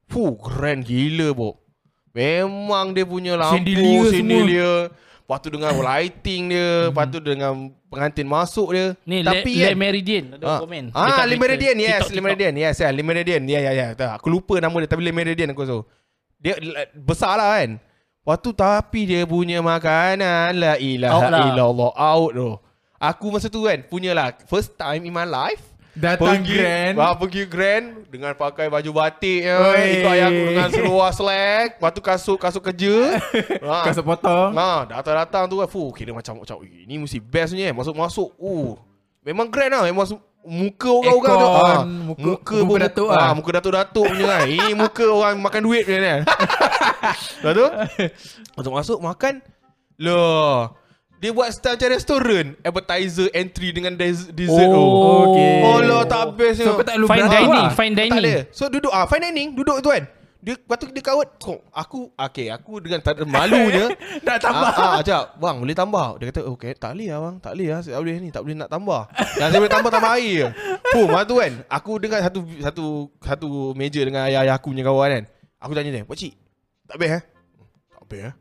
Speaker 1: Fuh keren gila Bob Memang dia punya lampu
Speaker 4: Chandelier semua.
Speaker 1: Chandelier Lepas tu dengan lighting dia Lepas tu dengan pengantin masuk dia
Speaker 5: Ni
Speaker 1: Tapi
Speaker 5: Tapi
Speaker 1: kan
Speaker 5: Le, Le Meridian ada
Speaker 1: Ah,
Speaker 5: orang komen.
Speaker 1: ah
Speaker 5: dekat
Speaker 1: Le
Speaker 5: Twitter.
Speaker 1: Meridian, yes,
Speaker 5: TikTok,
Speaker 1: Le
Speaker 5: TikTok.
Speaker 1: Meridian, yes, yeah, Le Meridian, ya, ya, ya. Tak, Aku lupa nama dia tapi Le Meridian aku so. Dia eh, besar lah kan. Waktu tapi dia punya makanan la ilaha
Speaker 5: Out lah.
Speaker 1: illallah out tu. Aku masa tu kan punya lah first time in my life
Speaker 4: Datang grand.
Speaker 1: Wah, pergi grand dengan pakai baju batik ya.
Speaker 4: Oi.
Speaker 1: Ikut ayah aku dengan seluar [LAUGHS] slack, batu kasut kasut
Speaker 4: [LAUGHS]
Speaker 1: kerja. Ah.
Speaker 4: Kau sepotong.
Speaker 1: Ha, datang-datang tu kan, fuh, kira macam macam "Ui, ini mesti best punya eh. Masuk-masuk, uh. Memang grand lah, memang se- muka orang-orang tu.
Speaker 4: Aircon,
Speaker 1: ah,
Speaker 4: muka-
Speaker 1: muka,
Speaker 4: muka
Speaker 1: pun-
Speaker 4: datuk
Speaker 1: ah,
Speaker 4: ah.
Speaker 1: muka datuk-datuk punya kan. Ini muka orang makan duit punya
Speaker 4: [LAUGHS]
Speaker 1: kan. Lepas tu, masuk-masuk makan. Loh, dia buat style macam restoran. Appetizer, entry dengan des- dessert tu.
Speaker 5: Oh.
Speaker 4: Okey.
Speaker 1: Oh, lah, tak best. tengok.
Speaker 4: So kau tak perlu
Speaker 5: Fine
Speaker 4: beratur [LAUGHS]
Speaker 5: dining,
Speaker 4: lah.
Speaker 5: fine dining.
Speaker 1: Tak ada. So duduk ah fine dining, duduk tu kan. Dia lepas tu dia kawat. Kok aku okey, aku dengan tak ada
Speaker 4: [LAUGHS]
Speaker 1: malunya.
Speaker 4: Nak tambah.
Speaker 1: Ah, ah jap, bang boleh tambah. Dia kata okey, tak boleh abang, tak boleh ah, tak boleh ni, tak boleh nak tambah. Dan saya boleh tambah tambah air. je. Puh, masa tu kan, aku dengan satu satu satu meja dengan ayah-ayah aku punya kawan kan. Aku tanya dia, "Pak cik, tak best eh?" Tak best eh.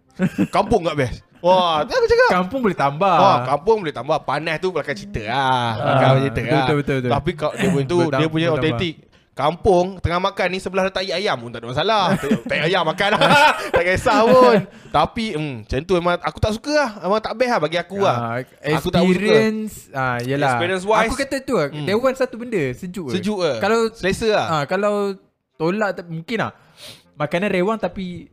Speaker 1: Kampung tak best. Wah, tu aku cakap.
Speaker 4: Kampung boleh tambah.
Speaker 1: Oh, kampung boleh tambah panas tu belakang cerita lah. Belakang
Speaker 4: Ah. Ah,
Speaker 1: cerita
Speaker 4: betul,
Speaker 1: lah.
Speaker 4: betul, betul, betul.
Speaker 1: Tapi kau dia pun tu
Speaker 4: Bertam-
Speaker 1: dia punya
Speaker 4: bertambah.
Speaker 1: autentik. Kampung tengah makan ni sebelah ada tai ayam pun tak ada
Speaker 4: [LAUGHS]
Speaker 1: masalah. Tai- tai ayam makan lah. [LAUGHS] tak kisah pun. Tapi hmm, macam tu memang aku tak suka lah. Memang tak best lah bagi aku lah.
Speaker 4: Ah,
Speaker 1: Aku tak suka.
Speaker 4: experience ah yalah.
Speaker 1: Experience wise.
Speaker 4: Aku kata tu lah, hmm. Dewan satu benda, sejuk.
Speaker 1: Sejuk ke?
Speaker 4: Kalau
Speaker 1: Selesa lah.
Speaker 4: ah kalau tolak tak, mungkin lah. Makanan rewang tapi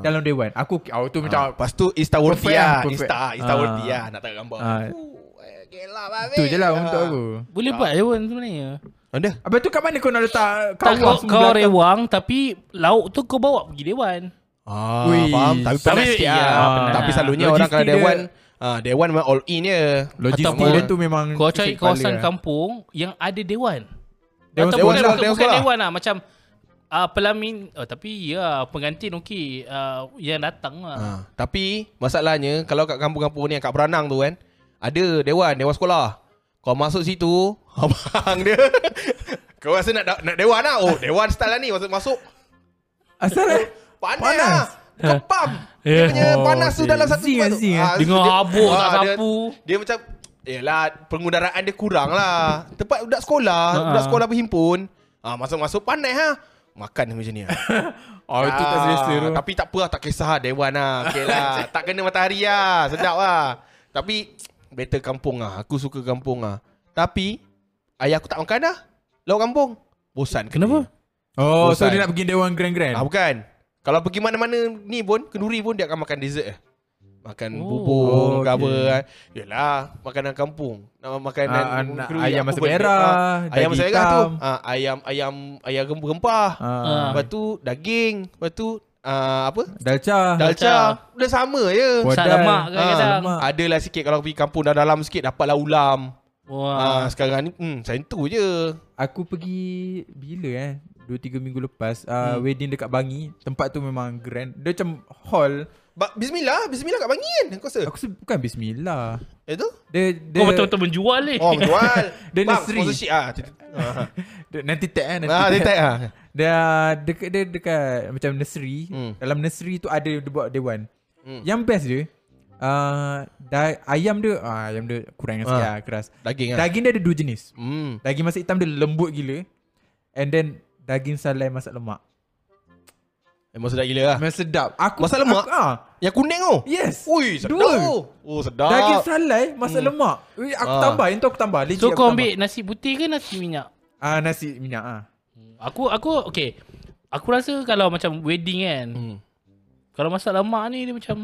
Speaker 4: dalam dewan. Aku oh, tu
Speaker 1: Ah,
Speaker 4: macam
Speaker 1: Lepas tu Insta worthy
Speaker 4: Perfect lah,
Speaker 1: lah.
Speaker 4: perfect.
Speaker 1: Insta, Insta
Speaker 4: Ah.
Speaker 1: worthy lah. Nak tak gambar.
Speaker 4: Ah.
Speaker 1: Fuh, eh, gelap lah.
Speaker 4: tu je lah
Speaker 1: babe.
Speaker 4: untuk
Speaker 1: Ah.
Speaker 4: aku.
Speaker 5: Boleh buat je pun sebenarnya.
Speaker 1: Ada?
Speaker 4: Abang tu kat mana kau nak letak
Speaker 5: Tak kau,
Speaker 4: kawah semua
Speaker 5: kau
Speaker 4: belakang?
Speaker 5: rewang tapi lauk tu kau bawa pergi dewan.
Speaker 1: Ah,
Speaker 4: Ui,
Speaker 1: faham. Tapi
Speaker 5: tapi-
Speaker 1: penat sikit
Speaker 5: ya,
Speaker 1: lah.
Speaker 5: penat.
Speaker 1: Tapi selalunya orang
Speaker 4: ah, Logistik
Speaker 1: kalau
Speaker 4: dia-
Speaker 1: Dewan, ah, Dewan memang all in je.
Speaker 4: Logistik
Speaker 5: Ataupun
Speaker 4: dia tu memang
Speaker 5: Kau cari
Speaker 4: pusing Hmm, kepala
Speaker 5: kawasan
Speaker 4: lah.
Speaker 5: kampung yang ada dewan.
Speaker 4: Dewan
Speaker 5: Atau
Speaker 1: sekolah.
Speaker 5: bukan,
Speaker 1: Dewan
Speaker 5: bukan,
Speaker 1: sekolah.
Speaker 5: bukan dewan lah macam uh, pelamin oh, tapi ya pengantin okey uh, yang datang lah.
Speaker 1: Ah, tapi masalahnya kalau kat kampung-kampung ni kat Beranang tu kan, ada dewan, dewan sekolah. Kau masuk situ, [LAUGHS] abang dia kau rasa nak nak dewan lah. Oh, dewan style lah ni masuk masuk
Speaker 4: Asal eh?
Speaker 1: panas.
Speaker 4: Panas.
Speaker 1: panas. Bukan pam. Dia
Speaker 5: Yeah.
Speaker 1: punya
Speaker 4: Oh,
Speaker 1: panas tu
Speaker 4: okay.
Speaker 1: dalam satu
Speaker 4: Zing,
Speaker 1: tempat tu.
Speaker 5: kan,
Speaker 4: zing, eh.
Speaker 1: Ah,
Speaker 5: Dengan
Speaker 1: dia-
Speaker 5: habuk tak
Speaker 1: ah, dia-
Speaker 5: sapu.
Speaker 1: Dia macam Yelah Pengudaraan dia kurang lah Tempat budak sekolah
Speaker 5: Ha.
Speaker 1: Budak sekolah berhimpun ah, Masuk-masuk pandai ha Makan macam ni ah.
Speaker 4: [LAUGHS] Oh itu tak selesa tu.
Speaker 1: Tapi tak apa lah, tak kisah lah, Dewan lah. Okay
Speaker 4: [LAUGHS]
Speaker 1: lah. tak kena matahari lah, sedap lah. Tapi, better kampung lah. Aku suka kampung lah. Tapi, ayah aku tak makan dah. Lauk kampung. Bosan. ke
Speaker 5: Kenapa?
Speaker 4: Oh so
Speaker 1: Bosan.
Speaker 4: dia nak pergi dewan
Speaker 1: dia?
Speaker 4: grand-grand.
Speaker 1: Ah, bukan. Kalau pergi mana-mana ni pun, kenduri pun dia akan makan dessert eh. Makan
Speaker 5: Oh.
Speaker 1: bubur
Speaker 4: Oh,
Speaker 1: ke apa
Speaker 4: okay.
Speaker 1: kan. Yelah, makanan kampung. Nama makanan
Speaker 4: Ah, nak
Speaker 1: kenduri,
Speaker 4: ayam
Speaker 1: apa
Speaker 4: masak
Speaker 1: pun.
Speaker 4: merah,
Speaker 1: Ah, ayam
Speaker 4: daging
Speaker 1: masak merah tu.
Speaker 4: hitam.
Speaker 1: Ah, ayam ayam ayam gempah-gempah.
Speaker 4: Ah,
Speaker 5: Ah.
Speaker 1: Lepas tu daging, lepas tu ah, apa?
Speaker 4: Dalca.
Speaker 1: Dalca Dah sama je
Speaker 4: Buat
Speaker 5: Sat
Speaker 4: Padahal-
Speaker 5: lemak kan
Speaker 1: Ah,
Speaker 5: kadang-kadang.
Speaker 4: lemak.
Speaker 1: Adalah sikit Kalau pergi kampung dah dalam sikit Dapatlah ulam ah,
Speaker 5: Wah.
Speaker 1: Sekarang ni hmm, Macam tu je
Speaker 4: Aku pergi bila eh? 2 3 minggu lepas uh,
Speaker 5: Hmm.
Speaker 4: wedding dekat Bangi. Tempat tu memang grand. Dia macam hall.
Speaker 1: ba- Bismillah Bismillah kat Bangi kan Kau rasa
Speaker 4: Aku se- bukan bismillah.
Speaker 1: Eh tu
Speaker 4: Dia, dia
Speaker 5: Kau betul-betul menjual ni.
Speaker 1: Oh menjual
Speaker 4: [LAUGHS] Dia
Speaker 1: Bang,
Speaker 4: nursery.
Speaker 1: Sponsorship ah.
Speaker 4: [LAUGHS]
Speaker 1: Ah,
Speaker 4: dia, nanti tag eh nanti.
Speaker 1: Ah, dia tak ah.
Speaker 4: Dia dekat dia dekat macam nursery.
Speaker 1: Hmm.
Speaker 4: Dalam nursery tu ada dia buat dewan.
Speaker 1: Hmm.
Speaker 4: Yang best dia uh, da- ayam dia uh, ayam dia kurang ha. sikit lah, keras.
Speaker 1: Ah. Daging lah.
Speaker 4: Daging dia ada dua jenis.
Speaker 1: Hmm.
Speaker 4: Daging masak hitam dia lembut gila. And then daging salai masak lemak.
Speaker 1: Memang sedap gila lah.
Speaker 4: Memang sedap. Aku
Speaker 1: Masak lemak?
Speaker 4: Aku, ah,
Speaker 1: Yang kuning tu?
Speaker 4: Yes.
Speaker 1: Ui, sedap.
Speaker 4: Dua.
Speaker 1: Oh, sedap.
Speaker 4: Daging salai masak hmm. lemak. Ui, Aku
Speaker 1: Ah.
Speaker 4: tambah, yang tu aku tambah. Legit aku
Speaker 5: So kau
Speaker 4: tambah.
Speaker 5: ambil nasi putih ke nasi minyak?
Speaker 4: Ah nasi minyak ah.
Speaker 5: Aku aku okay. Aku rasa kalau macam wedding kan.
Speaker 1: Hmm.
Speaker 5: Hmm. Kalau masak lemak ni dia macam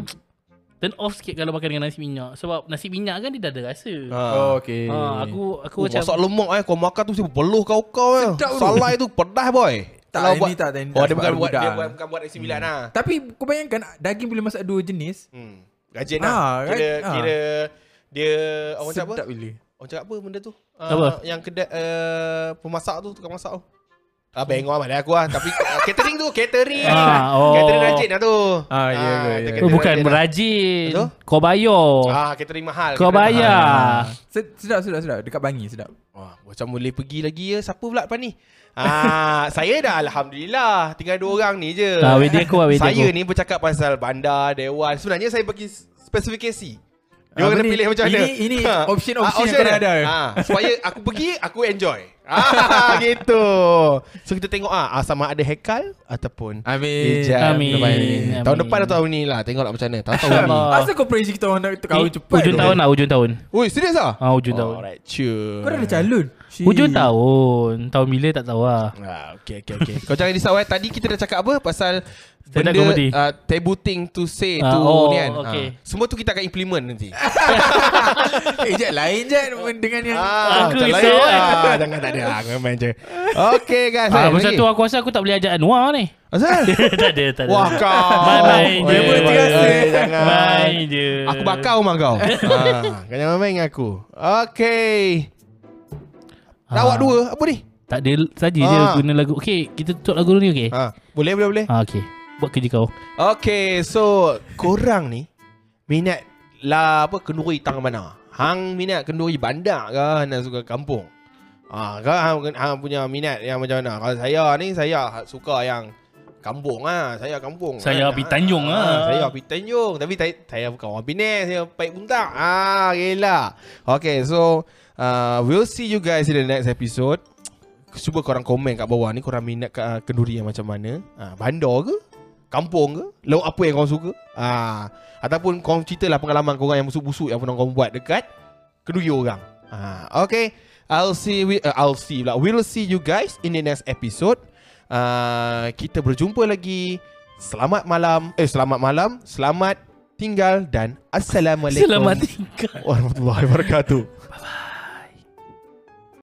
Speaker 5: turn off sikit kalau makan dengan nasi minyak sebab nasi minyak kan dia dah ada rasa. Ha.
Speaker 1: Ah.
Speaker 4: okey.
Speaker 5: aku aku
Speaker 1: Oh,
Speaker 5: macam
Speaker 1: masak lemak eh Kau makan tu Siapa peluh kau kau eh
Speaker 4: Sedap tu.
Speaker 1: Salai tu pedas boy
Speaker 4: Tak,
Speaker 1: Kalau
Speaker 4: ini tak, ini tak,
Speaker 1: Oh dia
Speaker 4: sebab
Speaker 1: bukan
Speaker 4: ada
Speaker 1: buat Dia
Speaker 4: gudang.
Speaker 1: bukan, bukan buat S9 lah
Speaker 4: Tapi kau bayangkan daging boleh masak dua jenis.
Speaker 1: hmm. Gajen
Speaker 4: Ah,
Speaker 1: lah
Speaker 4: right,
Speaker 1: Kira
Speaker 4: ah.
Speaker 1: Kira Dia Orang cakap apa
Speaker 4: Sedap bila.
Speaker 1: Orang cakap apa benda tu Ah,
Speaker 5: Apa?
Speaker 1: Yang kedai uh, Pemasak tu Tukang masak tu Ah, bengok amat dah aku lah Tapi ah, catering tu Catering [LAUGHS]
Speaker 5: Ah, oh.
Speaker 1: Catering rajin lah tu
Speaker 4: Ah,
Speaker 1: itu
Speaker 4: ya ke, ya.
Speaker 5: oh,
Speaker 1: catering
Speaker 5: bukan
Speaker 1: rajin lah.
Speaker 5: merajin.
Speaker 1: Betul?
Speaker 5: Kau bayar.
Speaker 1: Ah, catering mahal
Speaker 5: Kau
Speaker 1: catering mahal.
Speaker 5: bayar.
Speaker 4: Sed- Ah. Sedap sedap sedap dekat Bangi sedap.
Speaker 1: Wah, macam boleh pergi lagi ya. Siapa pula depan ni? Ah, [LAUGHS] saya dah alhamdulillah tinggal dua orang ni je.
Speaker 5: Ah, wedding aku lah, wedding
Speaker 1: Saya
Speaker 5: aku.
Speaker 1: ni bercakap pasal bandar, dewan. Sebenarnya saya bagi spesifikasi. Dia
Speaker 4: Ah,
Speaker 1: orang kena
Speaker 4: ini-
Speaker 1: pilih macam mana. Ha.
Speaker 4: ini-
Speaker 1: [LAUGHS]
Speaker 4: ini option-option yang kena ada.
Speaker 1: Ah,
Speaker 4: [LAUGHS]
Speaker 1: supaya aku pergi, aku enjoy. Ah, [LAUGHS] gitu. So kita tengok ah, ah, sama ada Hekal ataupun
Speaker 4: Amin.
Speaker 1: Ijaz.
Speaker 5: Amin.
Speaker 1: Lepas ni.
Speaker 5: Amin.
Speaker 1: Tahun depan atau tahun ni lah. Tengoklah macam mana. Tahun
Speaker 4: [LAUGHS]
Speaker 1: tahun ni.
Speaker 5: Allah.
Speaker 4: Asal kau prediksi kita orang nak kahwin
Speaker 5: Oh. Eh,
Speaker 4: cepat.
Speaker 5: Hujung
Speaker 4: tu?
Speaker 5: tahun lah, hujung tahun.
Speaker 1: Oi, serius ah?
Speaker 5: Ah, hujung tahun.
Speaker 1: Alright, sure.
Speaker 4: Kau dah ada calon. Shit.
Speaker 5: Hujung tahun. Tahun bila tak tahu lah.
Speaker 1: Ah, okay, okay, okay. Kau jangan risau eh. Tadi kita dah cakap apa pasal
Speaker 5: Stand up
Speaker 1: benda
Speaker 5: comedy.
Speaker 1: uh, taboo thing to say
Speaker 5: Ah,
Speaker 1: to
Speaker 5: oh,
Speaker 1: ni kan.
Speaker 5: okay.
Speaker 1: Ah, semua tu kita akan implement [LAUGHS] nanti.
Speaker 4: Eh Jad lain Jad dengan yang
Speaker 5: Aku
Speaker 1: macam
Speaker 5: risau,
Speaker 1: lain.
Speaker 5: eh.
Speaker 1: Ah, jangan tak ada. Ah, Aku main je. Okay guys.
Speaker 5: Ah,
Speaker 1: lain
Speaker 5: pasal
Speaker 1: lagi.
Speaker 5: tu aku rasa aku tak boleh ajak Anwar
Speaker 1: [LAUGHS]
Speaker 5: ni. [LAUGHS]
Speaker 1: Asal?
Speaker 5: tak ada, tak ada.
Speaker 1: Wah kau.
Speaker 5: Main, main je.
Speaker 1: Weh,
Speaker 4: Member
Speaker 1: weh,
Speaker 4: terasa.
Speaker 1: weh, jangan.
Speaker 5: Main je.
Speaker 1: Aku bakar rumah kau. ah, kau jangan main dengan aku. Okay.
Speaker 5: Ah.
Speaker 1: Dah awak dua. Apa ni?
Speaker 5: Tak ada saja dia
Speaker 1: Ah.
Speaker 5: guna lagu. Okay, kita tutup lagu dulu ni okay?
Speaker 1: Ha, boleh, boleh, boleh.
Speaker 5: Ah, okay. Buat kerja kau.
Speaker 1: Okay, so korang ni minat lah apa kenduri tangan mana? Hang minat kenduri bandar ke nak suka kampung? Ah, ke hang, hang punya minat yang macam mana? Kalau saya ni saya suka yang kampung ah, saya kampung.
Speaker 5: Saya
Speaker 1: api
Speaker 5: Api Tanjung ah.
Speaker 1: Saya api Tanjung tapi saya, saya bukan orang Penang, saya Paik Buntang. Ah, gila. Okay, so uh, we'll see you guys in the next episode. Cuba korang komen kat bawah ni korang minat uh, kenduri yang macam mana? Ah, bandar ke? kampung ke lauk apa yang korang suka ha, ataupun korang ceritalah pengalaman korang yang busuk-busuk yang pernah korang buat dekat keduri orang ha, okay I'll see we, uh, I'll see pula we'll see you guys in the next episode uh, kita berjumpa lagi selamat malam eh selamat malam selamat tinggal dan assalamualaikum
Speaker 5: Selamat tinggal.
Speaker 1: warahmatullahi wabarakatuh